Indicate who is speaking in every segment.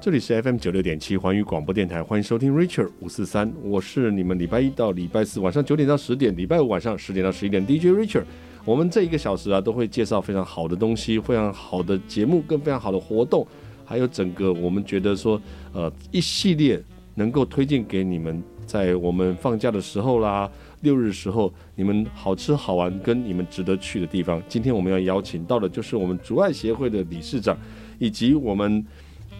Speaker 1: 这里是 FM 九六点七环宇广播电台，欢迎收听 Richard 五四三，我是你们礼拜一到礼拜四晚上九点到十点，礼拜五晚上十点到十一点 DJ Richard。我们这一个小时啊，都会介绍非常好的东西，非常好的节目，跟非常好的活动，还有整个我们觉得说，呃，一系列能够推荐给你们，在我们放假的时候啦，六日时候，你们好吃好玩跟你们值得去的地方。今天我们要邀请到的就是我们竹爱协会的理事长，以及我们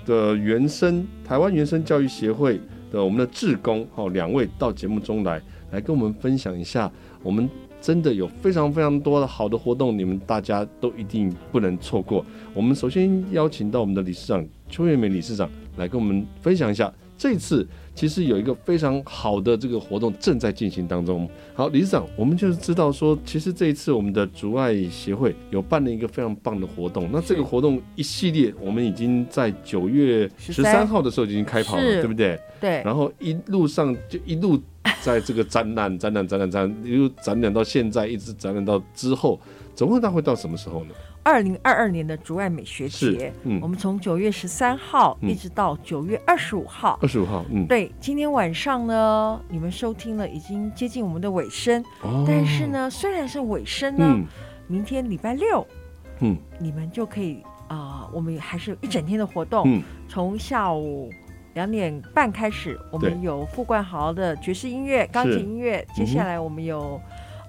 Speaker 1: 的原生台湾原生教育协会的我们的志工，好、两位到节目中来，来跟我们分享一下我们。真的有非常非常多的好的活动，你们大家都一定不能错过。我们首先邀请到我们的理事长邱月美理事长来跟我们分享一下，这次其实有一个非常好的这个活动正在进行当中。好，理事长，我们就是知道说，其实这一次我们的竹爱协会有办了一个非常棒的活动。那这个活动一系列，我们已经在九月十三
Speaker 2: 13
Speaker 1: 号的时候已经开跑了，
Speaker 2: 是
Speaker 1: 对不对？
Speaker 2: 对，
Speaker 1: 然后一路上就一路在这个展览、展览、展览、展览，一路展览到现在，一直展览到之后，总共大会到什么时候呢？
Speaker 2: 二零二二年的竹外美学
Speaker 1: 是
Speaker 2: 节，，我
Speaker 1: 嗯，
Speaker 2: 们从九月十三号
Speaker 1: 嗯
Speaker 2: 一直到九月二十五号。
Speaker 1: 二十五号，嗯，
Speaker 2: 对，今天晚上呢，你们收听了，已经接近我们的尾声。
Speaker 1: 哦
Speaker 2: 但是，呢，虽然是尾声呢，
Speaker 1: 嗯
Speaker 2: 明天礼拜六，
Speaker 1: 嗯，
Speaker 2: 你们就可以啊、呃我们还是有一整天的活动，
Speaker 1: 嗯，
Speaker 2: 从下午两点半开始，我
Speaker 1: 对
Speaker 2: 们有傅冠豪的爵士音乐、钢琴音乐，接
Speaker 1: 嗯
Speaker 2: 下
Speaker 1: 哼
Speaker 2: 来我们有。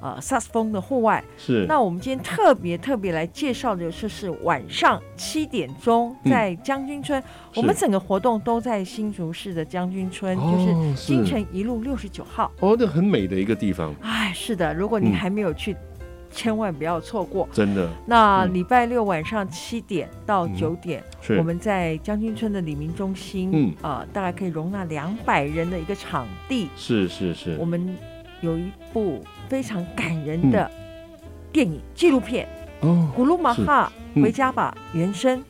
Speaker 2: 呃，萨克斯风的户外，
Speaker 1: 是，
Speaker 2: 那我们今天特别特别来介绍的就是晚上七点钟
Speaker 1: 嗯
Speaker 2: 在将军村，我们
Speaker 1: 是
Speaker 2: 整个活动都在新竹市的将军村，就是
Speaker 1: 哦
Speaker 2: 新城一路六十九号。
Speaker 1: 哦，那很美的一个地方，
Speaker 2: 哎，是的，如果你
Speaker 1: 嗯
Speaker 2: 还没有去，千万不要错过。
Speaker 1: 真的
Speaker 2: 那
Speaker 1: 嗯
Speaker 2: 礼拜六晚上七点到
Speaker 1: 嗯
Speaker 2: 九点，
Speaker 1: 是
Speaker 2: 我，们在将军村的李明中心，
Speaker 1: 嗯
Speaker 2: 呃，大概可以容纳两百人的一个场地，
Speaker 1: 是是是嗯
Speaker 2: 我，们有一部非常感人的电影纪录片《
Speaker 1: 哦，
Speaker 2: 古鲁马哈
Speaker 1: 嗯
Speaker 2: 回家吧》原声。
Speaker 1: 哦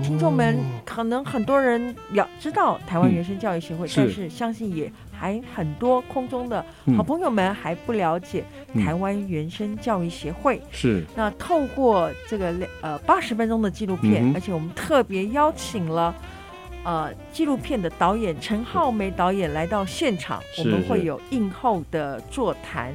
Speaker 2: 听众们可能很多人了知道台湾
Speaker 1: 嗯
Speaker 2: 原生教育协会，
Speaker 1: 是
Speaker 2: 但是相信也还很多空中的
Speaker 1: 嗯
Speaker 2: 好朋友们还不了解
Speaker 1: 嗯
Speaker 2: 台湾原生教育协会。
Speaker 1: 是，
Speaker 2: 那透过这个呃八十分钟的纪录片，
Speaker 1: 嗯哼
Speaker 2: 而且我们特别邀请了呃纪录片的导演陈浩梅导演来到现场，
Speaker 1: 是
Speaker 2: 我们
Speaker 1: 是
Speaker 2: 会有映后的座谈。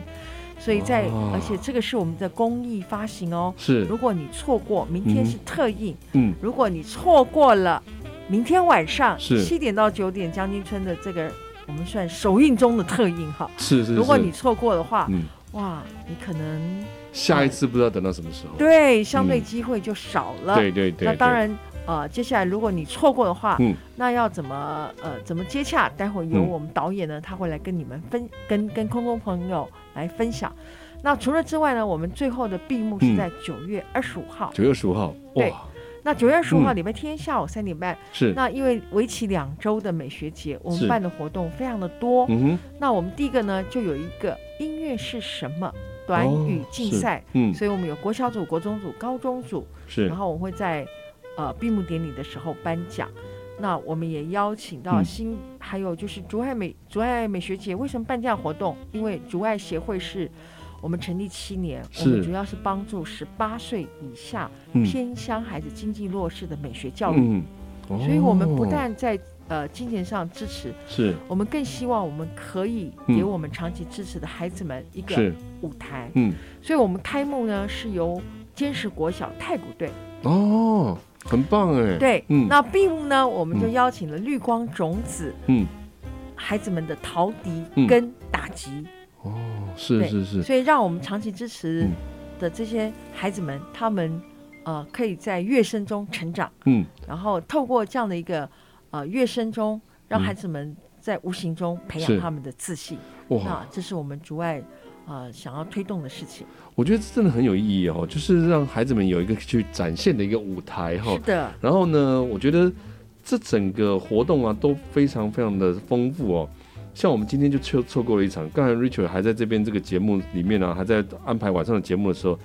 Speaker 2: 所以在
Speaker 1: 哇
Speaker 2: 而且这个是我们的公益发行哦，
Speaker 1: 是
Speaker 2: 如，果你错过，明
Speaker 1: 嗯
Speaker 2: 天
Speaker 1: 哼
Speaker 2: 是特映。
Speaker 1: 嗯，
Speaker 2: 如果你错过了明天晚上
Speaker 1: 是
Speaker 2: 七点到九点将军村的这个我们算首映中的特映哈，
Speaker 1: 是是，
Speaker 2: 如果
Speaker 1: 是
Speaker 2: 你，错过的话，
Speaker 1: 嗯，
Speaker 2: 哇，你可能
Speaker 1: 下一次不知道等到什么时候，
Speaker 2: 对相对
Speaker 1: 嗯
Speaker 2: 机会就少了。
Speaker 1: 对对对，
Speaker 2: 那当
Speaker 1: 对，
Speaker 2: 然。呃，接下来如果你错过的话，
Speaker 1: 嗯
Speaker 2: 那要怎么呃怎么接洽？待会由
Speaker 1: 嗯
Speaker 2: 我们导演呢，他会来跟你们分跟跟空中朋友来分享。那除了之外呢，我们最后的闭幕
Speaker 1: 嗯
Speaker 2: 是在九月二十五号。
Speaker 1: 九月十五号，
Speaker 2: 对
Speaker 1: 哇，
Speaker 2: 那九月二十五号
Speaker 1: 嗯
Speaker 2: 礼拜天下午三点半，
Speaker 1: 是，
Speaker 2: 那因为为期两周的美学节，我
Speaker 1: 是
Speaker 2: 们办的活动非常的多。
Speaker 1: 嗯哼，
Speaker 2: 那我们第一个呢，就有一个音乐是什么短语竞赛，
Speaker 1: 嗯，
Speaker 2: 所以我们有国小组、国中组、高中组，
Speaker 1: 是
Speaker 2: 然，后我会在呃闭幕典礼的时候颁奖。那我们也邀请到
Speaker 1: 嗯
Speaker 2: 新，还有就是竹爱美竹爱美学节为什么办这样活动？因为竹爱协会是我们成立七年，我
Speaker 1: 是
Speaker 2: 们主要是帮助十八岁以下
Speaker 1: 嗯
Speaker 2: 偏乡孩子经济弱势的美学教育。
Speaker 1: 嗯，
Speaker 2: 所以我们不
Speaker 1: 哦
Speaker 2: 但在呃金钱上支持，
Speaker 1: 是
Speaker 2: 我们更希望我们可以给我们长期支持的孩子们一个
Speaker 1: 嗯是，
Speaker 2: 舞台。
Speaker 1: 嗯，
Speaker 2: 所以我们开幕呢是由坚实国小太古队
Speaker 1: 哦，很棒哎，，
Speaker 2: 对，
Speaker 1: 嗯
Speaker 2: 那闭幕呢我们就邀请了绿光种子，
Speaker 1: 嗯，
Speaker 2: 孩子们的陶笛
Speaker 1: 嗯
Speaker 2: 跟打击，
Speaker 1: 哦，是
Speaker 2: 对
Speaker 1: 是是，
Speaker 2: 所以让我们长期支持
Speaker 1: 嗯
Speaker 2: 的这些孩子们，他们呃可以在乐声中成长。
Speaker 1: 嗯，
Speaker 2: 然后透过这样的一个呃乐声中，让
Speaker 1: 嗯
Speaker 2: 孩子们在无形中培
Speaker 1: 是
Speaker 2: 养他们的自信。
Speaker 1: 哇，
Speaker 2: 那这是我们竹外呃想要推动的事情。
Speaker 1: 我觉得这真的很有意义哦，就是让孩子们有一个去展现的一个舞台哈、
Speaker 2: 是的，
Speaker 1: 然后呢，我觉得这整个活动啊都非常非常的丰富哦。像我们今天就错错过了一场，刚才 Richard 还在这边这个节目里面呢、啊还在安排晚上的节目的时候，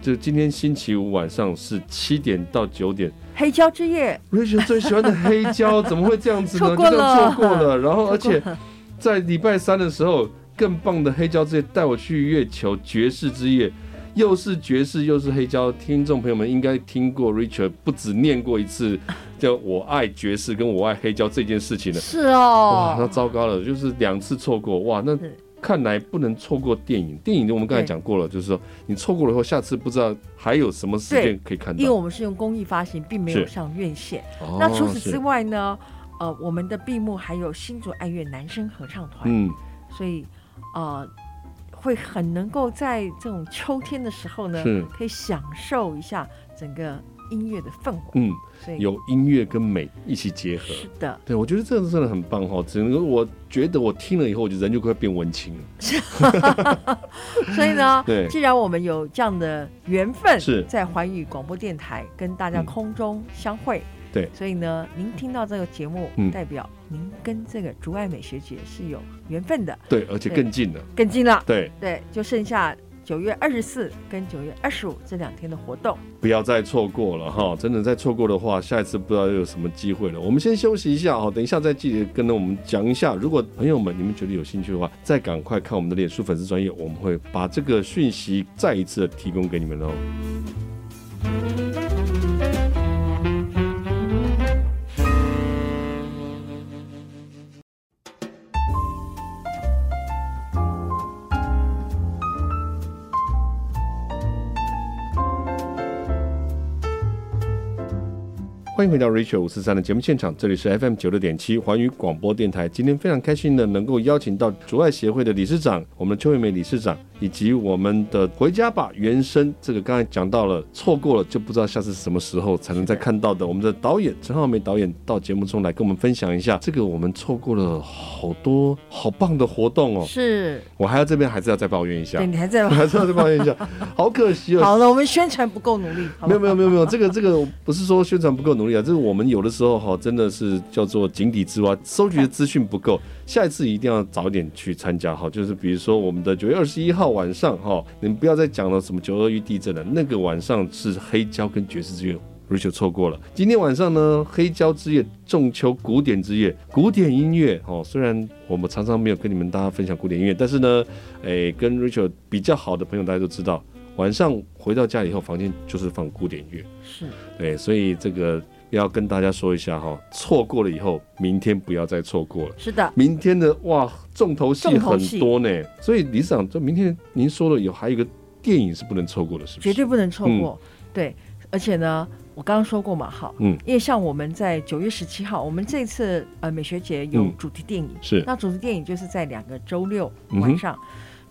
Speaker 1: 就今天星期五晚上是七点到九点。
Speaker 2: 黑胶之夜
Speaker 1: Richard 哎最喜欢的黑胶怎么会这样子呢？
Speaker 2: 错过
Speaker 1: 就这样错
Speaker 2: 了
Speaker 1: 过 了。然后而且
Speaker 2: 错过了
Speaker 1: 在礼拜三的时候，更棒的黑胶之夜带我去月球爵士之夜，又是爵士又是黑胶，听众朋友们应该听过 Richard 不止念过一次叫我爱爵士跟我爱黑胶这件事情呢，
Speaker 2: 是
Speaker 1: 哇，那
Speaker 2: 哦，
Speaker 1: 糟糕了，就是两次错过，哇，那
Speaker 2: 是
Speaker 1: 看来不能错过电影。电影我们刚才
Speaker 2: 对
Speaker 1: 讲过了，就是说你错过了以后，下次不知道还有什么时间可以看
Speaker 2: 因为
Speaker 1: 到。
Speaker 2: 我们是用公益发行，并没有
Speaker 1: 是
Speaker 2: 上院线。
Speaker 1: 哦
Speaker 2: 那除此之
Speaker 1: 是
Speaker 2: 外呢，呃，我们的闭幕还有新竹爱乐男声合唱团，
Speaker 1: 嗯，
Speaker 2: 所以呃，会很能够在这种秋天的时候呢，
Speaker 1: 是
Speaker 2: 可以享受一下整个音乐的氛围。
Speaker 1: 嗯，
Speaker 2: 所以
Speaker 1: 有音乐跟美一起结合。
Speaker 2: 是的，
Speaker 1: 对，我觉得这个真的很棒哈、哦，整个我觉得我听了以后，我就人就快变文青了。
Speaker 2: 所以呢，
Speaker 1: 对
Speaker 2: 既然我们有这样的缘分，
Speaker 1: 是
Speaker 2: 在环宇广播电台跟大家
Speaker 1: 嗯
Speaker 2: 空中相会。
Speaker 1: 对
Speaker 2: 所以呢，您听到这个节目，
Speaker 1: 嗯
Speaker 2: 代表您跟这个竹爱美学姐是有缘分的，
Speaker 1: 对，而且
Speaker 2: 对
Speaker 1: 更近了。
Speaker 2: 更近了。
Speaker 1: 对，
Speaker 2: 对，就剩下九月二十四跟九月二十五这两天的活动。
Speaker 1: 不要再错过了哈！真的再错过的话，下一次不知道又有什么机会了。我们先休息一下哈，等一下再记得跟着我们讲一下。如果朋友们你们觉得有兴趣的话，再赶快看我们的脸书粉丝专业，我们会把这个讯息再一次的提供给你们哦。欢迎回到 Rachel 五四三的节目现场，这里是 FM 九六点七环宇广播电台。今天非常开心的能够邀请到竹爱协会的理事长，我们的邱惠美理事长，以及我们的回家吧原声，这个刚才讲到了，错过了就不知道下次什么时候才能再看到的。我们的导演陈浩梅导演到节目中来跟我们分享一下，这个我们错过了好多好棒的活动哦。
Speaker 2: 是，
Speaker 1: 我还要这边还是要再抱怨一下
Speaker 2: 对，，你还在吗？
Speaker 1: 还是要再抱怨一下， 好可惜哦，
Speaker 2: 好了，我们宣传不够努力，好吧
Speaker 1: 没有没有没有没有，这个这个不是说宣传不够努力啊，这是我们有的时候哈，真的是叫做井底之蛙，收集的资讯不够，下一次一定要早点去参加哈。就是比如说我们的九月二十一号晚上哈，你们不要再讲了什么九二一地震了，那个晚上是黑胶跟爵士之夜。Rachel 错过了。今天晚上呢，黑胶之夜重秋古典之夜，古典音乐哦。虽然我们常常没有跟你们大家分享古典音乐，但是呢，诶、跟 Rachel 比较好的朋友大家都知道，晚上回到家以后，房间就是放古典乐。
Speaker 2: 是
Speaker 1: 对，所以这个要跟大家说一下哈，错过了以后，明天不要再错过了。
Speaker 2: 是的，
Speaker 1: 明天的哇，重头戏
Speaker 2: 重头
Speaker 1: 很
Speaker 2: 戏
Speaker 1: 多呢，所以理事长，这明天您说了有还有一个电影是不能错过的，是不
Speaker 2: 绝
Speaker 1: 是？
Speaker 2: 对不能
Speaker 1: 嗯
Speaker 2: 错过。对，而且呢，我刚刚说过嘛，哈，
Speaker 1: 嗯，
Speaker 2: 因为像我们在九月十七号，我们这次呃美学节有
Speaker 1: 嗯
Speaker 2: 主题电影，
Speaker 1: 是
Speaker 2: 那主题电影就是在两个周六
Speaker 1: 嗯哼
Speaker 2: 晚上，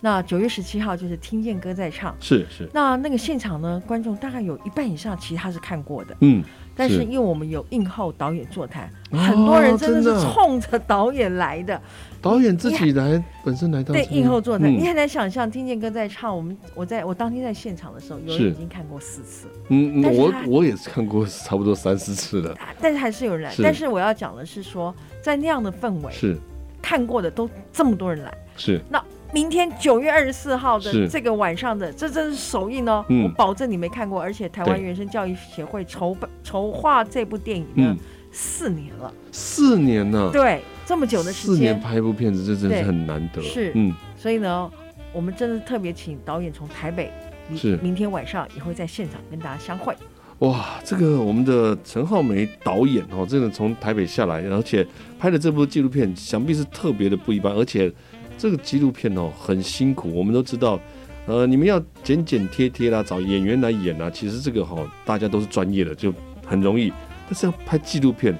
Speaker 2: 那九月十七号就是听见歌在唱。
Speaker 1: 是是，
Speaker 2: 那那个现场呢，观众大概有一半以上其实他是看过的，
Speaker 1: 嗯，
Speaker 2: 但是
Speaker 1: 是
Speaker 2: 因为我们有映后导演座谈，
Speaker 1: 哦
Speaker 2: 很多人真的
Speaker 1: 真的啊
Speaker 2: 是冲着导演来的。
Speaker 1: 导演自己来，本身来到
Speaker 2: 对，
Speaker 1: 这边
Speaker 2: 映后座谈，
Speaker 1: 嗯
Speaker 2: 你很难想象听见歌在唱。我们我在我当天在现场的时候，有
Speaker 1: 是
Speaker 2: 人已经看过四次，
Speaker 1: 嗯，
Speaker 2: 但
Speaker 1: 嗯
Speaker 2: 是
Speaker 1: 我
Speaker 2: 他
Speaker 1: 我也是看过差不多三四次了，
Speaker 2: 啊但是还是有人来。
Speaker 1: 是
Speaker 2: 但是我要讲的是说，在那样的氛围，
Speaker 1: 是
Speaker 2: 看过的都这么多人来。
Speaker 1: 是，
Speaker 2: 明天九月二十四号的
Speaker 1: 是
Speaker 2: 这个晚上的，这真是首映哦！
Speaker 1: 嗯
Speaker 2: 我 保证你没看过，而且台湾
Speaker 1: 对
Speaker 2: 原声教育协会筹办筹划这部电影呢
Speaker 1: 嗯，，
Speaker 2: 四年了，
Speaker 1: 四年呢、
Speaker 2: 对，这么久的时
Speaker 1: 四年
Speaker 2: 间，
Speaker 1: 拍一部片子，这真
Speaker 2: 对
Speaker 1: 是很难得，
Speaker 2: 是
Speaker 1: 嗯，
Speaker 2: 所以呢，我们真的特别请导演从台北，明
Speaker 1: 是
Speaker 2: 明天晚上也会在现场跟大家相会。
Speaker 1: 哇，这个我们的陈浩梅导演哦，真的从台北下来，而且拍的这部纪录片，想必是特别的不一般。而且这个纪录片哦很辛苦，我们都知道，呃，你们要剪剪贴贴啦，找演员来演啊，其实这个哈、大家都是专业的，就很容易。但是要拍纪录片，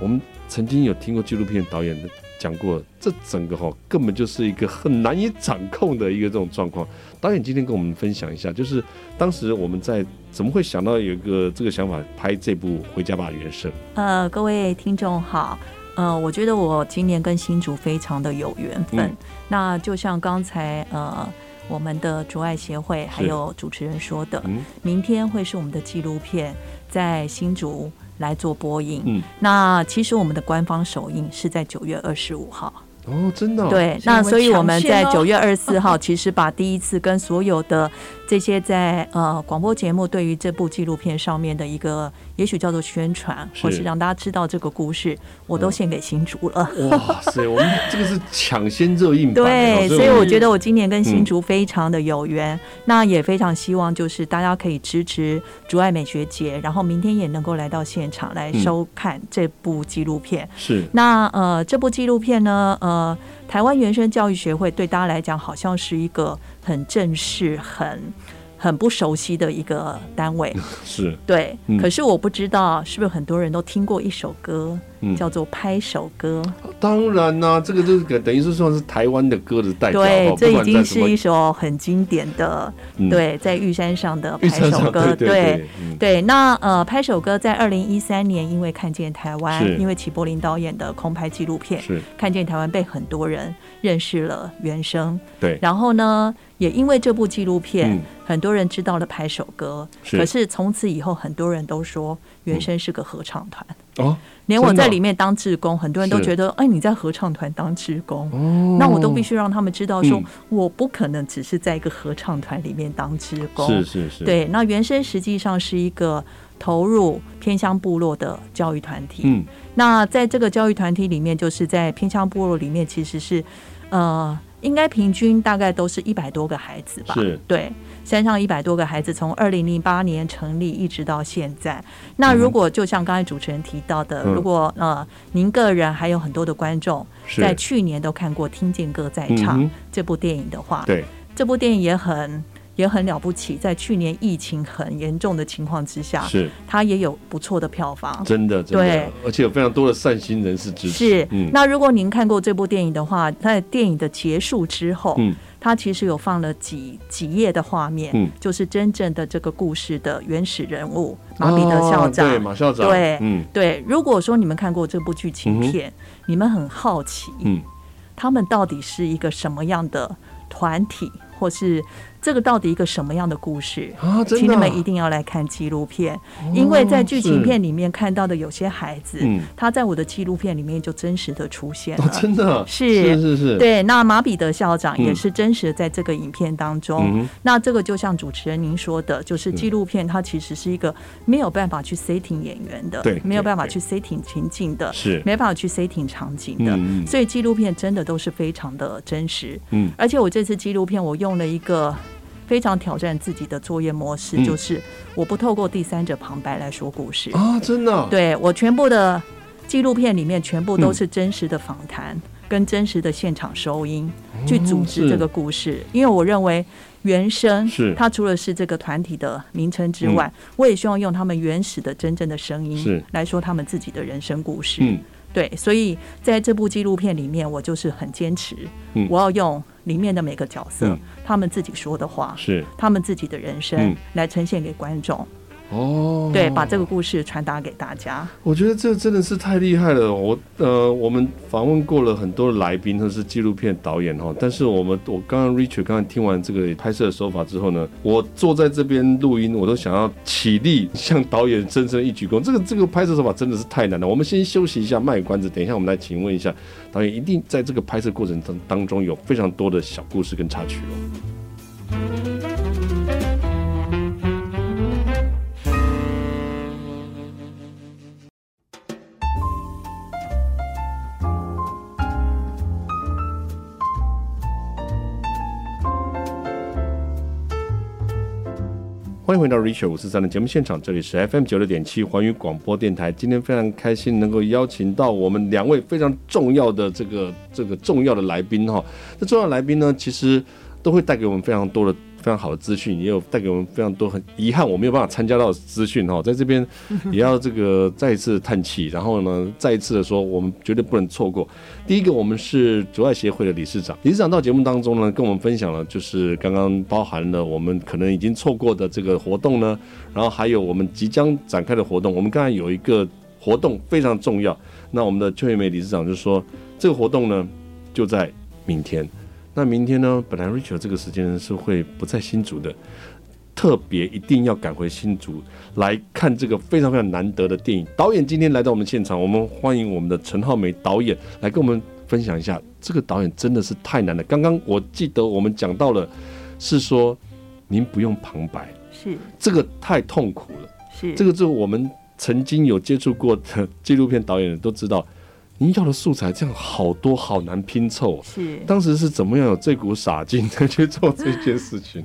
Speaker 1: 我们曾经有听过纪录片导演讲过，这整个哈、根本就是一个很难以掌控的一个这种状况。导演今天跟我们分享一下，就是当时我们在怎么会想到有一个这个想法拍这部《回家吧，原声》？
Speaker 3: 呃，各位听众好，呃，我觉得我今年跟新竹非常的有缘分。
Speaker 1: 嗯
Speaker 3: 那就像刚才呃我们的竹爱协会还有主持人说的，
Speaker 1: 嗯，
Speaker 3: 明天会是我们的纪录片在新竹来做播映。
Speaker 1: 嗯
Speaker 3: 那其实我们的官方首映是在九月二十五号。
Speaker 1: 哦，真的、，
Speaker 3: 对，
Speaker 2: 所以
Speaker 3: 那
Speaker 2: 我
Speaker 3: 所
Speaker 2: 们
Speaker 3: 以我们
Speaker 2: 抢
Speaker 3: 在
Speaker 2: 先哦
Speaker 3: 九月二十四号，其实把第一次跟所有的这些在呃广播节目对于这部纪录片上面的一个也许叫做宣传，或
Speaker 1: 是
Speaker 3: 是让大家知道这个故事，我都献给新竹了。
Speaker 1: 哇塞，我们这个是抢先热映版欸，
Speaker 3: 对，所以
Speaker 1: 我
Speaker 3: 我
Speaker 1: 们
Speaker 3: 觉得我今年跟
Speaker 1: 嗯
Speaker 3: 新竹非常的有缘，那也非常希望就是大家可以支持竹爱美学节，然后明天也能够来到现场来
Speaker 1: 嗯
Speaker 3: 收看这部纪录片。
Speaker 1: 是
Speaker 3: 那呃，这部纪录片呢，呃，台湾原生教育学会对大家来讲好像是一个很正式、很很不熟悉的一个单位，
Speaker 1: 是，
Speaker 3: 对。
Speaker 1: 嗯
Speaker 3: 可是我不知道是不是很多人都听过一首歌，
Speaker 1: 嗯，
Speaker 3: 叫做《拍手歌》。
Speaker 1: 当然啦、这个就是个等于是算是台湾的歌的代表，
Speaker 3: 对
Speaker 1: 好，哦不好
Speaker 3: 这
Speaker 1: 不
Speaker 3: 已
Speaker 1: 管
Speaker 3: 经
Speaker 1: 在什
Speaker 3: 是
Speaker 1: 么
Speaker 3: 一首很经典的，
Speaker 1: 嗯
Speaker 3: 对，在玉山上的
Speaker 1: 玉
Speaker 3: 拍
Speaker 1: 山
Speaker 3: 手
Speaker 1: 上，
Speaker 3: 歌，
Speaker 1: 对对，嗯
Speaker 3: 对，那呃，拍手歌在二零一三年，因为看见台湾
Speaker 1: 是，
Speaker 3: 因为齐柏林导演的空拍纪录片《
Speaker 1: 是，
Speaker 3: 看见台湾》被很多人认识了原声，
Speaker 1: 对，
Speaker 3: 然后呢，也因为这部纪录片，
Speaker 1: 嗯
Speaker 3: 很多人知道了拍手歌。
Speaker 1: 是
Speaker 3: 可是从此以后，很多人都说原声是个合唱团，
Speaker 1: 哦
Speaker 3: 连我
Speaker 1: 真的
Speaker 3: 在
Speaker 1: 哦
Speaker 3: 里面当志工，很多人都
Speaker 1: 是
Speaker 3: 觉得，哎，你在合唱团当志工。
Speaker 1: 哦，
Speaker 3: 那我都必须让他们知道说，
Speaker 1: 嗯
Speaker 3: 我不可能只是在一个合唱团里面当志工，
Speaker 1: 是是是，，
Speaker 3: 对，那原生实际上是一个投入偏乡部落的教育团体。
Speaker 1: 嗯
Speaker 3: 那在这个教育团体里面，就是在偏乡部落里面，其实是呃，应该平均大概都是一百多个孩子吧。
Speaker 1: 是
Speaker 3: 对，山上一百多个孩子，从二零零八年成立一直到现在。那如果就像刚才主持人提到的，
Speaker 1: 嗯
Speaker 3: 如果呃您个人还有很多的观众
Speaker 1: 是
Speaker 3: 在去年都看过《听见歌在唱》
Speaker 1: 嗯哼
Speaker 3: 这部电影的话，
Speaker 1: 对，
Speaker 3: 这部电影也很也很了不起，在去年疫情很严重的情况之下，
Speaker 1: 是
Speaker 3: 它也有不错的票房。
Speaker 1: 真的真的
Speaker 3: 啊对，
Speaker 1: 而且有非常多的善心人士支持，
Speaker 3: 是，
Speaker 1: 嗯
Speaker 3: 那如果您看过这部电影的话，在电影的结束之后，
Speaker 1: 嗯
Speaker 3: 它其实有放了几几页的画面，
Speaker 1: 嗯
Speaker 3: 就是真正的这个故事的原始人物马彼得校长。
Speaker 1: 哦对马校长，
Speaker 3: 对
Speaker 1: 嗯
Speaker 3: 对如果说你们看过这部剧情片，你们很好奇，
Speaker 1: 嗯
Speaker 3: 他们到底是一个什么样的团体，或是这个到底一个什么样的故事？
Speaker 1: 啊，真
Speaker 3: 请
Speaker 1: 的哦
Speaker 3: 你
Speaker 1: 啊，
Speaker 3: 们一定要来看纪录片，因为在剧情片里面看到的有些孩子，
Speaker 1: 嗯
Speaker 3: 他在我的纪录片里面就真实的出现
Speaker 1: 哦，
Speaker 3: 了。
Speaker 1: 真的啊
Speaker 3: 是
Speaker 1: 是是是，
Speaker 3: 对，那马彼得校长
Speaker 1: 嗯
Speaker 3: 也是真实地在这个影片当中。
Speaker 1: 嗯哼
Speaker 3: 那这个就像主持人您说的，就是纪录片它其实是一个没有办法去 setting 演员的
Speaker 1: 对，
Speaker 3: 没有
Speaker 1: 对
Speaker 3: 办法
Speaker 1: 对
Speaker 3: 去 setting 情境的，
Speaker 1: 是
Speaker 3: 没办法去 setting 场景的。
Speaker 1: 嗯嗯
Speaker 3: 所以纪录片真的都是非常的真实。
Speaker 1: 嗯
Speaker 3: 而且我这次纪录片，我用了一个非常挑战自己的作业模式，
Speaker 1: 嗯
Speaker 3: 就是我不透过第三者旁白来说故事。
Speaker 1: 啊，真的啊，
Speaker 3: 对我全部的纪录片里面，全部都是
Speaker 1: 嗯
Speaker 3: 真实的访谈、跟真实的现场收音去组织
Speaker 1: 哦是
Speaker 3: 这个故事，因为我认为。原声
Speaker 1: 是
Speaker 3: 它除了是这个团体的名称之外，我也希望用他们原始的、真正的声
Speaker 1: 是
Speaker 3: 音来说他们自己的人生故事。
Speaker 1: 嗯
Speaker 3: 对，所以在这部纪录片里面，我就是很坚持，
Speaker 1: 嗯
Speaker 3: 我要用里面的每个角色、
Speaker 1: 嗯
Speaker 3: 他们自己说的话，
Speaker 1: 是
Speaker 3: 他们自己的人生、
Speaker 1: 嗯
Speaker 3: 来呈现给观众，
Speaker 1: 哦，
Speaker 3: 对，把这个故事传达给大家。
Speaker 1: 我觉得这真的是太厉害了。我呃，我们访问过了很多来宾，或是纪录片导演哈。但是我们我刚刚 Richard 刚刚听完这个拍摄的手法之后呢，我坐在这边录音，我都想要起立向导演深深一鞠躬。这个这个拍摄手法真的是太难了。我们先休息一下，卖关子，等一下我们来请问一下导演，一定在这个拍摄过程当当中有非常多的小故事跟插曲哦。欢迎回到 Richard 五四三的节目现场，这里是 FM 九六点七环宇广播电台。今天非常开心能够邀请到我们两位非常重要的这个这个重要的来宾哈。这重要的来宾呢，其实都会带给我们非常多的非常好的资讯，也有带给我们非常多很遗憾我没有办法参加到的资讯哈。在这边也要这个再一次叹气，然后呢，再一次的说，我们绝对不能错过。第一个，我们是竹爱协会的理事长，理事长到节目当中呢，跟我们分享了，就是刚刚包含了我们可能已经错过的这个活动呢，然后还有我们即将展开的活动。我们刚才有一个活动非常重要，那我们的邱玉梅理事长就说，这个活动呢就在明天。那明天呢，本来 Richard 这个时间是会不在新竹的，特别一定要赶回新竹来看这个非常非常难得的电影。导演今天来到我们现场，我们欢迎我们的陈浩梅导演来跟我们分享一下。这个导演真的是太难了。刚刚我记得我们讲到了，是说您不用旁白，
Speaker 2: 是
Speaker 1: 这个太痛苦了。
Speaker 2: 是
Speaker 1: 这个就是我们曾经有接触过的纪录片导演的都知道，您要的素材这样好多，好难拼凑哦、
Speaker 3: 是。
Speaker 1: 当时是怎么样有这股傻劲在去做这件事情？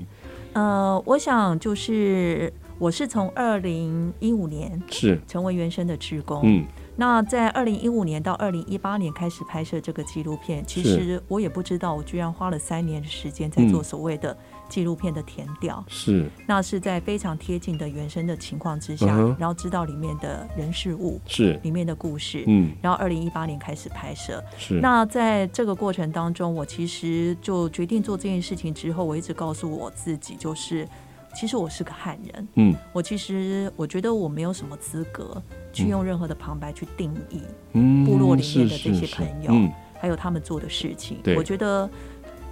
Speaker 3: 呃，我想就是我是从二零一五年
Speaker 1: 是，
Speaker 3: 成为原生的职工，
Speaker 1: 嗯，
Speaker 3: 那在二零一五年到二零一八年开始拍摄这个纪录片，其
Speaker 1: 是嗯
Speaker 3: 实我也不知道，我居然花了三年的时间在做所谓的纪录片的填调。
Speaker 1: 是
Speaker 3: 那是在非常贴近的原生的情况之下，
Speaker 1: 嗯哼
Speaker 3: 然后知道里面的人事物、
Speaker 1: 是，
Speaker 3: 里面的故事。
Speaker 1: 嗯
Speaker 3: 然后，二零一八年开始拍摄。
Speaker 1: 是，
Speaker 3: 那在这个过程当中，我其实就决定做这件事情之后，我一直告诉我自己，就是其实我是个汉人，
Speaker 1: 嗯
Speaker 3: 我其实我觉得我没有什么资格去用任何的旁白去定义，
Speaker 1: 嗯，
Speaker 3: 部落里
Speaker 1: 是
Speaker 3: 面的这
Speaker 1: 是
Speaker 3: 些
Speaker 1: 是
Speaker 3: 朋友
Speaker 1: 嗯
Speaker 3: 还有他们做的事情
Speaker 1: 对。
Speaker 3: 我觉得，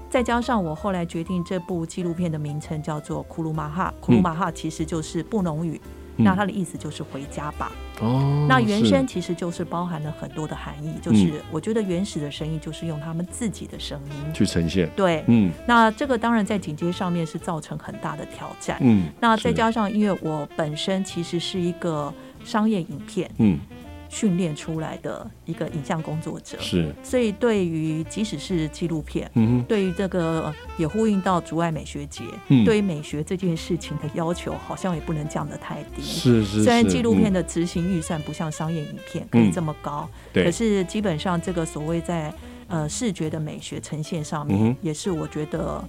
Speaker 3: 再加上我后来决定这部纪录片的名称叫做《库鲁马哈》，库鲁马哈其实就是布农语，
Speaker 1: 嗯
Speaker 3: 那它的意思就是回家吧。
Speaker 1: 哦，
Speaker 3: 那原
Speaker 1: 是嗯
Speaker 3: 声其实就是包含了很多的含义，就是我觉得原始的声音就是用他们自己的声音。
Speaker 1: 去呈现，
Speaker 3: 对，
Speaker 1: 嗯
Speaker 3: 那这个当然在警戒上面是造成很大的挑战。
Speaker 1: 嗯，
Speaker 3: 那再
Speaker 1: 是
Speaker 3: 加上，因为我本身其实是一个商业影片
Speaker 1: 嗯
Speaker 3: 训练出来的一个影像工作者，
Speaker 1: 是，
Speaker 3: 所以对于即使是纪录片，
Speaker 1: 嗯哼
Speaker 3: 对于这个呃也呼应到竹外美学节，
Speaker 1: 嗯
Speaker 3: 对于美学这件事情的要求，好像也不能降得太低。
Speaker 1: 是是，
Speaker 3: 虽然
Speaker 1: 是
Speaker 3: 纪录片
Speaker 1: 嗯
Speaker 3: 的执行预算不像商业影片可以
Speaker 1: 嗯
Speaker 3: 这么高，
Speaker 1: 对
Speaker 3: 可是基本上这个所谓在呃视觉的美学呈现上
Speaker 1: 嗯
Speaker 3: 面
Speaker 1: 哼，
Speaker 3: 也是我觉得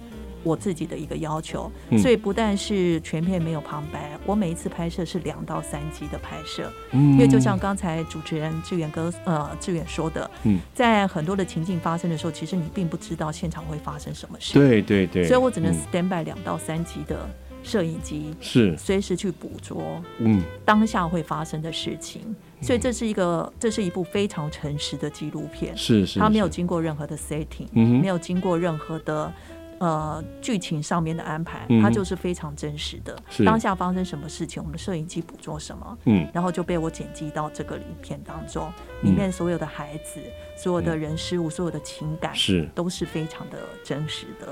Speaker 3: 我自己的一个要求。
Speaker 1: 嗯
Speaker 3: 所以不但是全片没有旁白，我每一次拍摄是两到三集的拍摄，
Speaker 1: 嗯
Speaker 3: 因为就像刚才主持人志远哥呃志远说的，
Speaker 1: 嗯
Speaker 3: 在很多的情境发生的时候，其实你并不知道现场会发生什么事，
Speaker 1: 对对对，
Speaker 3: 所以我只能
Speaker 1: 嗯
Speaker 3: stand by 两到三集的摄影机，
Speaker 1: 是
Speaker 3: 随时去捕捉
Speaker 1: 嗯
Speaker 3: 当下会发生的事情。所以这是一个，这是一部非常诚实的纪录片，
Speaker 1: 是是，
Speaker 3: 它没有
Speaker 1: 是
Speaker 3: 经过任何的 setting，
Speaker 1: 嗯哼
Speaker 3: 没有经过任何的。呃，剧情上面的安排
Speaker 1: 嗯，哼
Speaker 3: 它就是非常真实的。
Speaker 1: 是
Speaker 3: 当下发生什么事情，我们的摄影机捕捉什么，
Speaker 1: 嗯
Speaker 3: 然后就被我剪辑到这个影片当中，
Speaker 1: 嗯
Speaker 3: 里面所有的孩子、所有的人事物、所有的情感，
Speaker 1: 是。
Speaker 3: 都是非常的真实的。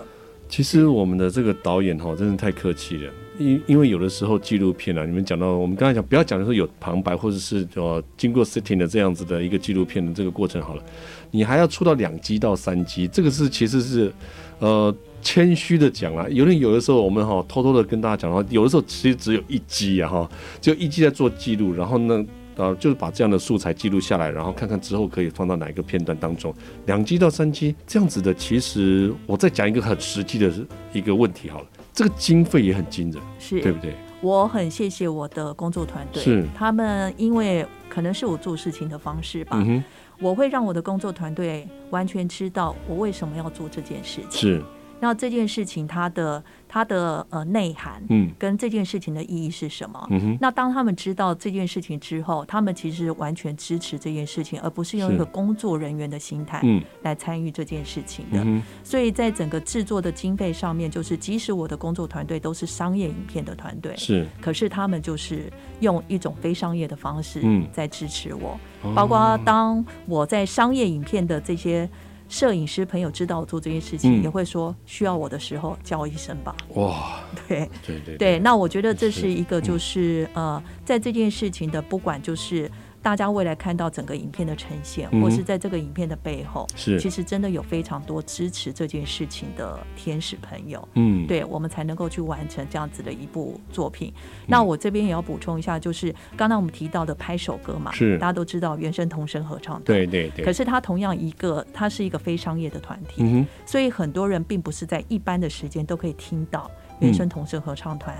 Speaker 1: 其实我们的这个导演哈，真的太客气了，因因为有的时候纪录片啊，你们讲到我们刚才讲，不要讲的是有旁白或者是呃经过 setting 的这样子的一个纪录片的这个过程好了，你还要出到两集到三集，这个是其实是呃谦虚的讲啦，有点有的时候我们哈偷偷的跟大家讲哈，有的时候其实只有一集啊哈，只有一集在做记录，然后呢。呃，就是把这样的素材记录下来，然后看看之后可以放到哪一个片段当中。两 G 到三 G 这样子的，其实我再讲一个很实际的一个问题好了，这个经费也很惊人，
Speaker 3: 是，
Speaker 1: 对不对？
Speaker 3: 我很谢谢我的工作团
Speaker 1: 是
Speaker 3: 队，他们因为可能是我做事情的方式吧，
Speaker 1: 嗯哼，
Speaker 3: 我会让我的工作团队完全知道我为什么要做这件事情。
Speaker 1: 是，
Speaker 3: 那这件事情它的它的呃内涵
Speaker 1: 嗯
Speaker 3: 跟这件事情的意义是什么？
Speaker 1: 嗯哼，
Speaker 3: 那当他们知道这件事情之后，他们其实完全支持这件事情，而不是用
Speaker 1: 是
Speaker 3: 一个工作人员的心态
Speaker 1: 嗯
Speaker 3: 来参与这件事情的
Speaker 1: 嗯。哼，
Speaker 3: 所以在整个制作的经费上面，就是即使我的工作团队都是商业影片的团队，
Speaker 1: 是，
Speaker 3: 可是他们就是用一种非商业的方式
Speaker 1: 嗯
Speaker 3: 在支持我。
Speaker 1: 哦
Speaker 3: 包括当我在商业影片的这些摄影师朋友知道我做这件事情，
Speaker 1: 嗯
Speaker 3: 也会说需要我的时候叫一声 吧。
Speaker 1: 哇，
Speaker 3: 对
Speaker 1: 对对
Speaker 3: 对，，那我觉得这
Speaker 1: 是嗯
Speaker 3: 是一个就是呃，在这件事情的不管就是大家未来看到整个影片的呈现，
Speaker 1: 嗯哼
Speaker 3: 或是在这个影片的背后，
Speaker 1: 是
Speaker 3: 其实真的有非常多支持这件事情的天使朋友。
Speaker 1: 嗯，
Speaker 3: 对我们才能够去完成这样子的一部作品。
Speaker 1: 嗯
Speaker 3: 那我这边也要补充一下，就是刚才我们提到的拍手歌嘛，
Speaker 1: 是
Speaker 3: 大家都知道原声童声合唱团。
Speaker 1: 对对
Speaker 3: 可
Speaker 1: 对，
Speaker 3: 是它同样一个，它是一个非商业的团体，
Speaker 1: 嗯哼，
Speaker 3: 所以很多人并不是在一般的时间都可以听到原声童声合唱团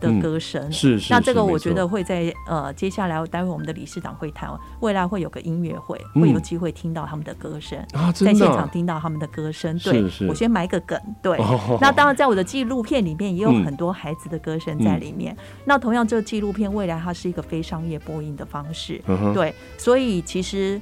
Speaker 3: 的歌声。
Speaker 1: 嗯是是，
Speaker 3: 那这个
Speaker 1: 是
Speaker 3: 我
Speaker 1: 没
Speaker 3: 觉
Speaker 1: 错
Speaker 3: 得会在呃接下来，待会我们的理事长会谈，未来会有个音乐会，
Speaker 1: 嗯
Speaker 3: 会有机会听到他们的歌声。
Speaker 1: 啊，
Speaker 3: 在
Speaker 1: 真
Speaker 3: 现
Speaker 1: 的
Speaker 3: 场
Speaker 1: 啊，
Speaker 3: 听到他们的歌声，对
Speaker 1: 是是
Speaker 3: 我先埋个梗，对。
Speaker 1: 哦
Speaker 3: 那当然，在我的纪录片里面也有
Speaker 1: 嗯
Speaker 3: 很多孩子的歌声在里面。那同样，这个纪录片未来它是一个非商业播映的方式，
Speaker 1: 嗯哼，
Speaker 3: 对。所以其实，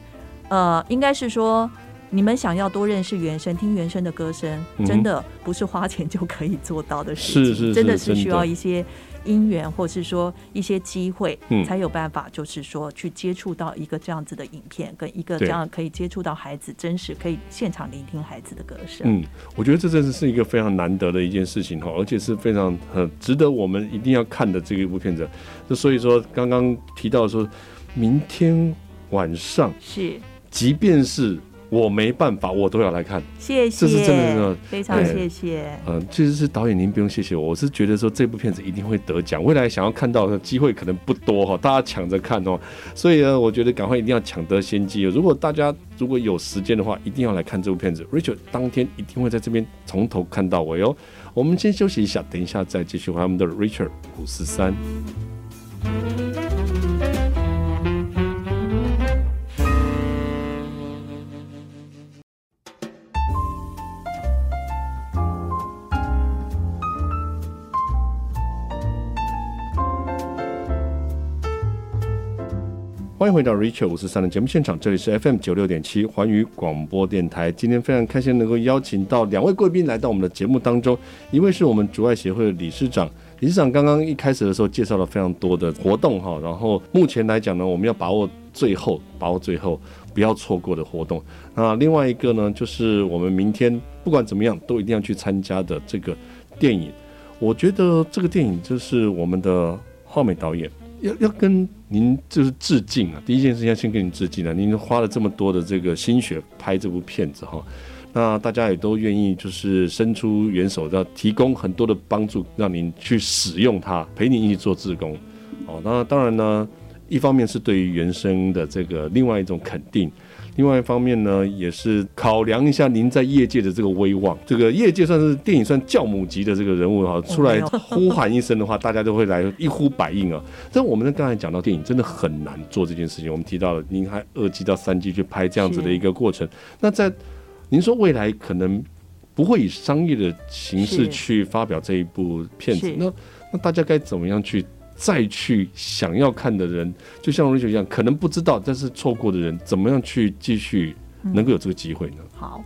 Speaker 3: 呃，应该是说，你们想要多认识原声，听原声的歌声，
Speaker 1: 嗯哼
Speaker 3: 真的不是花钱就可以做到的事情，
Speaker 1: 是是是
Speaker 3: 真的是
Speaker 1: 真的
Speaker 3: 需要一些因缘，或是说一些机会，
Speaker 1: 嗯
Speaker 3: 才有办法，就是说去接触到一个这样子的影片，跟一个
Speaker 1: 对
Speaker 3: 这样可以接触到孩子真实，可以现场聆听孩子的歌声。
Speaker 1: 嗯，我觉得这真的是一个非常难得的一件事情哈，而且是非常很值得我们一定要看的这个一部片子。那所以说，刚刚提到说，明天晚上，
Speaker 3: 是，
Speaker 1: 即便是我没办法，我都要来看。
Speaker 3: 谢
Speaker 1: 这
Speaker 3: 谢，
Speaker 1: 是真的真的
Speaker 3: 非常
Speaker 1: 对
Speaker 3: 谢谢。
Speaker 1: 嗯、其实是导演您不用谢谢我，我是觉得说这部片子一定会得奖，未来想要看到的机会可能不多哈，大家抢着看哦。所以呢，我觉得赶快一定要抢得先机。如果大家如果有时间的话，一定要来看这部片子。Richard 当天一定会在这边从头看到尾哦。我们先休息一下，等一下再继续和我们的 Richard 五四三。欢迎回到 Richard 五四三的节目现场，这里是 FM 九六点七环宇广播电台。今天非常开心能够邀请到两位贵宾来到我们的节目当中，一位是我们竹爱协会的理事长。理事长刚刚一开始的时候介绍了非常多的活动哈，然后目前来讲呢，我们要把握最后，把握最后，不要错过的活动。那另外一个呢，就是我们明天不管怎么样都一定要去参加的这个电影。我觉得这个电影就是我们的浩美导演。要要跟您就是致敬啊！第一件事情要先跟您致敬啊！您花了这么多的这个心血拍这部片子哈，那大家也都愿意就是伸出援手，要提供很多的帮助，让您去使用它，陪您一起做志工。哦，那当然呢，一方面是对于原生的这个另外一种肯定。另外一方面呢，也是考量一下您在业界的这个威望，这个业界算是电影算教母级的这个人物哈，出来
Speaker 3: 哦没有
Speaker 1: 呼喊一声的话， 大家都会来一呼百应啊。但我们刚才讲到电影真的很难做这件事情，我们提到了您还二季到三季去拍这样子的一个过程。那在您说未来可能不会以商业的形式
Speaker 3: 是
Speaker 1: 去发表这一部片子
Speaker 3: 是，
Speaker 1: 那那大家该怎么样去再去想要看的人，就像 Rachel 一样，可能不知道，但是错过的人，怎么样去继续能够有这个机会呢？
Speaker 3: 好，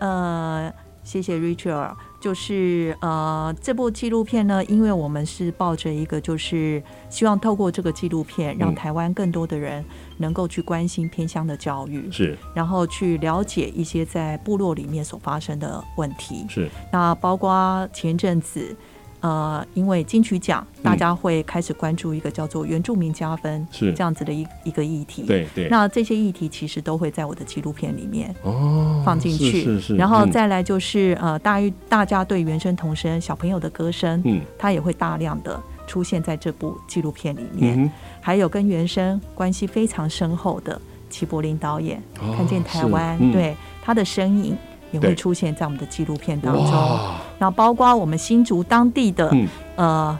Speaker 3: 呃，谢谢 Richard。就是呃，这部纪录片呢，因为我们是抱着一个就是希望透过这个纪录片，让
Speaker 1: 嗯
Speaker 3: 台湾更多的人能够去关心偏乡的教育，
Speaker 1: 是
Speaker 3: 然后去了解一些在部落里面所发生的问题。
Speaker 1: 是，
Speaker 3: 那包括前阵子，呃，因为金曲奖，
Speaker 1: 嗯
Speaker 3: 大家会开始关注一个叫做原住民加分
Speaker 1: 是
Speaker 3: 这样子的一一个议题。。
Speaker 1: 对对。
Speaker 3: 那这些议题其实都会在我的纪录片里面
Speaker 1: 哦，
Speaker 3: 放进去，
Speaker 1: 是是是，
Speaker 3: 然后
Speaker 1: 嗯
Speaker 3: 再来就是呃，大于大家对原生童声小朋友的歌声，
Speaker 1: 嗯
Speaker 3: 它也会大量的出现在这部纪录片里面，
Speaker 1: 嗯
Speaker 3: 还有跟原生关系非常深厚的齐柏林导演，
Speaker 1: 哼，哦
Speaker 3: 看见台
Speaker 1: 是
Speaker 3: 湾，
Speaker 1: 嗯
Speaker 3: 对他的身影。也
Speaker 1: 对
Speaker 3: 会出现在我们的纪录片当中，
Speaker 1: 哇，
Speaker 3: 然后包括我们新竹当地的、
Speaker 1: 嗯
Speaker 3: 呃，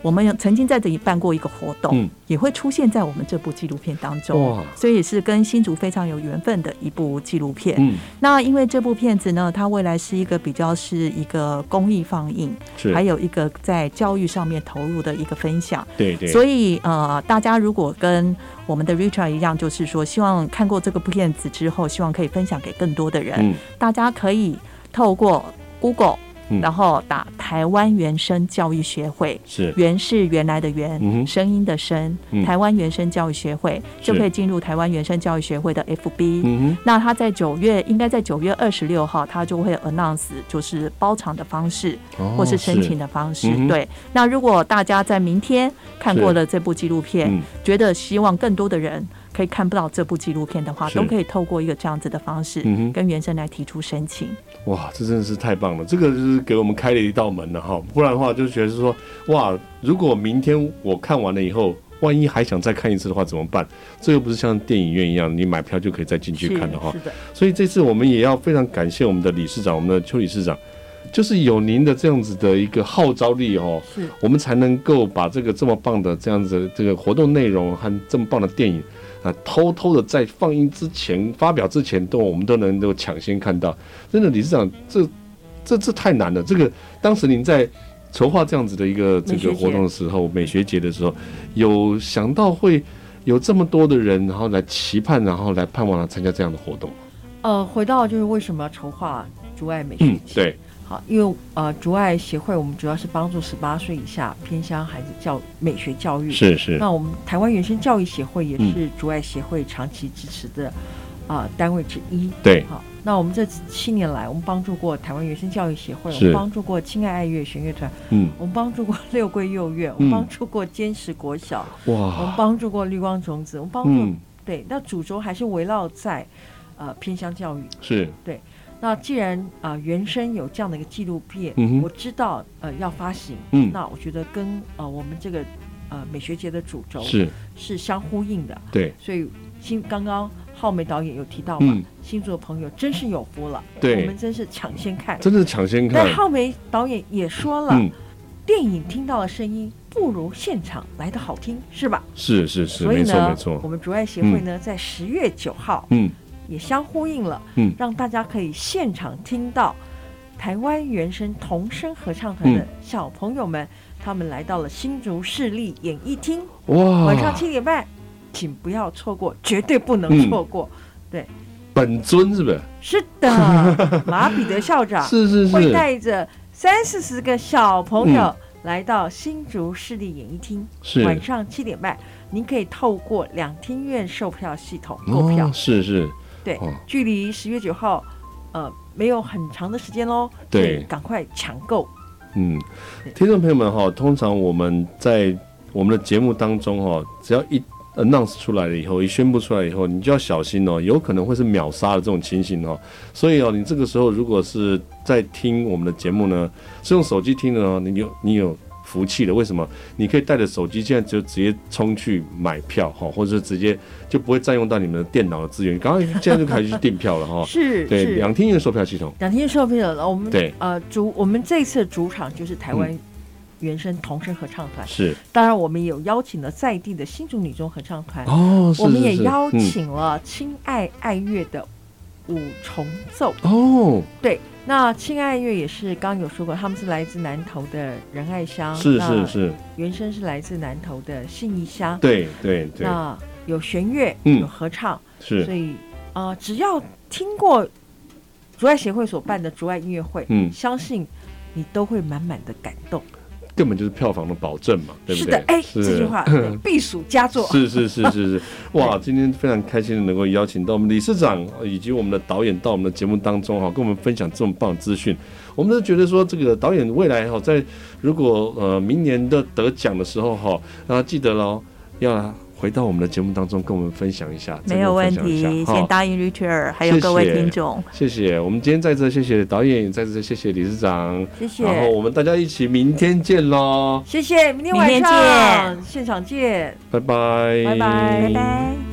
Speaker 3: 我们有曾经在这里办过一个活动，
Speaker 1: 嗯
Speaker 3: 也会出现在我们这部纪录片当中
Speaker 1: 哇，
Speaker 3: 所以也是跟新竹非常有缘分的一部纪录片。
Speaker 1: 嗯
Speaker 3: 那因为这部片子呢，它未来是一个比较是一个公益放映，
Speaker 1: 是，
Speaker 3: 还有一个在教育上面投入的一个分享。
Speaker 1: 对对，
Speaker 3: 所以呃，大家如果跟我们的 Richard 一样，就是说希望看过这个片子之后，希望可以分享给更多的人。
Speaker 1: 嗯
Speaker 3: 大家可以透过 Google，、
Speaker 1: 嗯
Speaker 3: 然后打台湾原声教育学会。
Speaker 1: 是
Speaker 3: 原是原来的原，
Speaker 1: 嗯哼
Speaker 3: 声音的声
Speaker 1: 嗯，
Speaker 3: 台湾原声教育学会、
Speaker 1: 是
Speaker 3: 就可以进入台湾原声教育学会的 FB，、
Speaker 1: 嗯哼
Speaker 3: 那他在九月，应该在九月二十六号，他就会 announce 就是包场的方式，
Speaker 1: 哦
Speaker 3: 或是申请的方式。
Speaker 1: 嗯哼
Speaker 3: 对，那如果大家在明天看过了这部纪录片
Speaker 1: 嗯，
Speaker 3: 觉得希望更多的人可以看不到这部纪录片的话，
Speaker 1: 是
Speaker 3: 都可以透过一个这样子的方式
Speaker 1: 嗯哼，
Speaker 3: 跟原生来提出申请。
Speaker 1: 哇，这真的是太棒了！这个就是给我们开了一道门了哈，不然的话就觉得是说，哇，如果明天我看完了以后，万一还想再看一次的话怎么办？这又不是像电影院一样，你买票就可以再进去
Speaker 3: 是
Speaker 1: 看了哈。
Speaker 3: 是的，
Speaker 1: 所以这次我们也要非常感谢我们的理事长，我们的邱理事长，就是有您的这样子的一个号召力哦，
Speaker 2: 是
Speaker 1: 我们才能够把这个这么棒的这样子这个活动内容和这么棒的电影啊，偷偷的在放映之前、发表之前都我们都能够抢先看到。真的，理事长，这这这太难了。这个当时您在筹划这样子的一个这
Speaker 2: 美学
Speaker 1: 个
Speaker 2: 节
Speaker 1: 活动的时候，美学节的时候，有想到会有这么多的人，然后来期盼，然后来盼望来参加这样的活动吗。
Speaker 2: 呃，回到就是为什么要筹划竹爱美学
Speaker 1: 嗯，
Speaker 2: 节？
Speaker 1: 对，
Speaker 2: 好，因为呃，竹爱协会我们主要是帮助十八岁以下偏乡孩子教美学教育。。
Speaker 1: 是嗯是，
Speaker 2: 那我们台湾原生教育协会也是竹爱协会长期支持的啊、呃单位之一。
Speaker 1: 对，
Speaker 2: 好，那我们这七年来，我们帮助过台湾原生教育协会，我
Speaker 1: 是
Speaker 2: 们帮助过亲爱爱乐弦乐团，
Speaker 1: 嗯，
Speaker 2: 我们帮助过六桂幼乐，我
Speaker 1: 嗯
Speaker 2: 们帮助过坚实国小，我们
Speaker 1: 哇，
Speaker 2: 帮助过绿光种子，我们帮助、
Speaker 1: 嗯，
Speaker 2: 对，那主轴还是围绕在呃偏乡教育。
Speaker 1: 是，
Speaker 2: 那既然啊、呃原生有这样的一个纪录片，
Speaker 1: 嗯哼
Speaker 2: 我知道呃要发行，
Speaker 1: 嗯，
Speaker 2: 那我觉得跟呃我们这个呃美学节的主轴
Speaker 1: 是，
Speaker 2: 是相呼应的，
Speaker 1: 对，
Speaker 2: 所以新刚刚浩梅导演有提到嘛，
Speaker 1: 嗯，
Speaker 2: 新竹的朋友真是有福了，
Speaker 1: 对
Speaker 2: 我们真是抢先看。
Speaker 1: 真的是抢先看
Speaker 2: 但，浩梅导演也说了，
Speaker 1: 嗯，
Speaker 2: 电影听到的声音不如现场来的好听，是吧？
Speaker 1: 是是是，
Speaker 2: 所以
Speaker 1: 没错
Speaker 2: 呢，
Speaker 1: 没错
Speaker 2: 我，们竹爱协会呢，在十月九号
Speaker 1: 嗯，
Speaker 2: 也相呼应了，
Speaker 1: 嗯
Speaker 2: 让大家可以现场听到台湾原声童声合唱团的
Speaker 1: 嗯
Speaker 2: 小朋友们，他们来到了新竹市立演艺厅，
Speaker 1: 哇
Speaker 2: 晚，上七点半，请不要错过，绝对不能
Speaker 1: 嗯
Speaker 2: 错过。
Speaker 1: 本尊是不是？
Speaker 2: 是 的，马彼得校长
Speaker 1: 是是
Speaker 2: 啊会
Speaker 1: 是
Speaker 2: 带着三四十个小朋友来到新竹市立演艺厅，晚
Speaker 1: 是，
Speaker 2: 上七点半，您可以透过两厅院售票系统购票。
Speaker 1: 哦，是是，
Speaker 2: 对
Speaker 1: 哦，
Speaker 2: 距离十月九号，呃，没有很长的时间喽，
Speaker 1: 对
Speaker 2: 所以赶快抢购。
Speaker 1: 嗯，听众朋友们哈，通常我们在我们的节目当中哈，只要一 announce 出来了以后，一宣布出来以后，你就要小心哦，有可能会是秒杀的这种情形哦。所以哦，你这个时候如果是在听我们的节目呢，是用手机听的哦，你有你有福气的，为什么？你可以带着手机，现在就直接冲去买票哈，或者是直接就不会占用到你们的电脑的资源，刚刚现在就开始去订票了哈。哦
Speaker 2: 是
Speaker 1: 对，
Speaker 2: 是，
Speaker 1: 两厅院售票系统，
Speaker 2: 两厅院售票了。我们
Speaker 1: 对
Speaker 2: 呃主我们这次主场就是台湾原声童声合唱团，
Speaker 1: 是
Speaker 2: 当然我们也有邀请了在地的新竹女中合唱团，
Speaker 1: 哦，是
Speaker 2: 我们
Speaker 1: 是
Speaker 2: 也
Speaker 1: 是
Speaker 2: 邀
Speaker 1: 嗯
Speaker 2: 请了亲爱爱乐的五重奏。
Speaker 1: 哦，
Speaker 2: 对，那亲爱爱乐也是刚刚有说过，他们是来自南投的仁爱乡，
Speaker 1: 是
Speaker 2: 那
Speaker 1: 是是，
Speaker 2: 原声是来自南投的信义乡。
Speaker 1: 对对对，
Speaker 2: 那有弦乐，
Speaker 1: 嗯
Speaker 2: 有合唱，所
Speaker 1: 是，
Speaker 2: 以啊、呃只要听过竹爱协会所办的竹爱音乐会，
Speaker 1: 嗯
Speaker 2: 相信你都会满满的感动。
Speaker 1: 根本就是票房的保证嘛，对不
Speaker 2: 是
Speaker 1: 对
Speaker 2: 的？，哎，
Speaker 1: 是
Speaker 2: 这句话 对必属佳作。
Speaker 1: 是是是是是，哇！今天非常开心的能够邀请到我们理事长以及我们的导演到我们的节目当中哈，跟我们分享这么棒的资讯。我们都觉得说，这个导演未来哈，在如果呃明年的得奖的时候哈，啊记得喽，要回到我们的节目当中跟我们分享一下，
Speaker 3: 没有问
Speaker 1: 再跟我们分享
Speaker 3: 题，
Speaker 1: 一下
Speaker 3: 先
Speaker 1: 哈。
Speaker 3: 答应 Richard，还有
Speaker 1: 谢
Speaker 3: 各位
Speaker 1: 谢
Speaker 3: 听众，
Speaker 1: 谢谢，我们今天在这谢谢导演，也在这谢谢理事长，
Speaker 2: 谢谢，
Speaker 1: 然后我们大家一起明天见喽。
Speaker 2: 谢谢，明天
Speaker 3: 明
Speaker 2: 晚
Speaker 3: 天
Speaker 2: 上现场见。
Speaker 1: 拜拜，
Speaker 2: 拜拜
Speaker 3: 拜拜。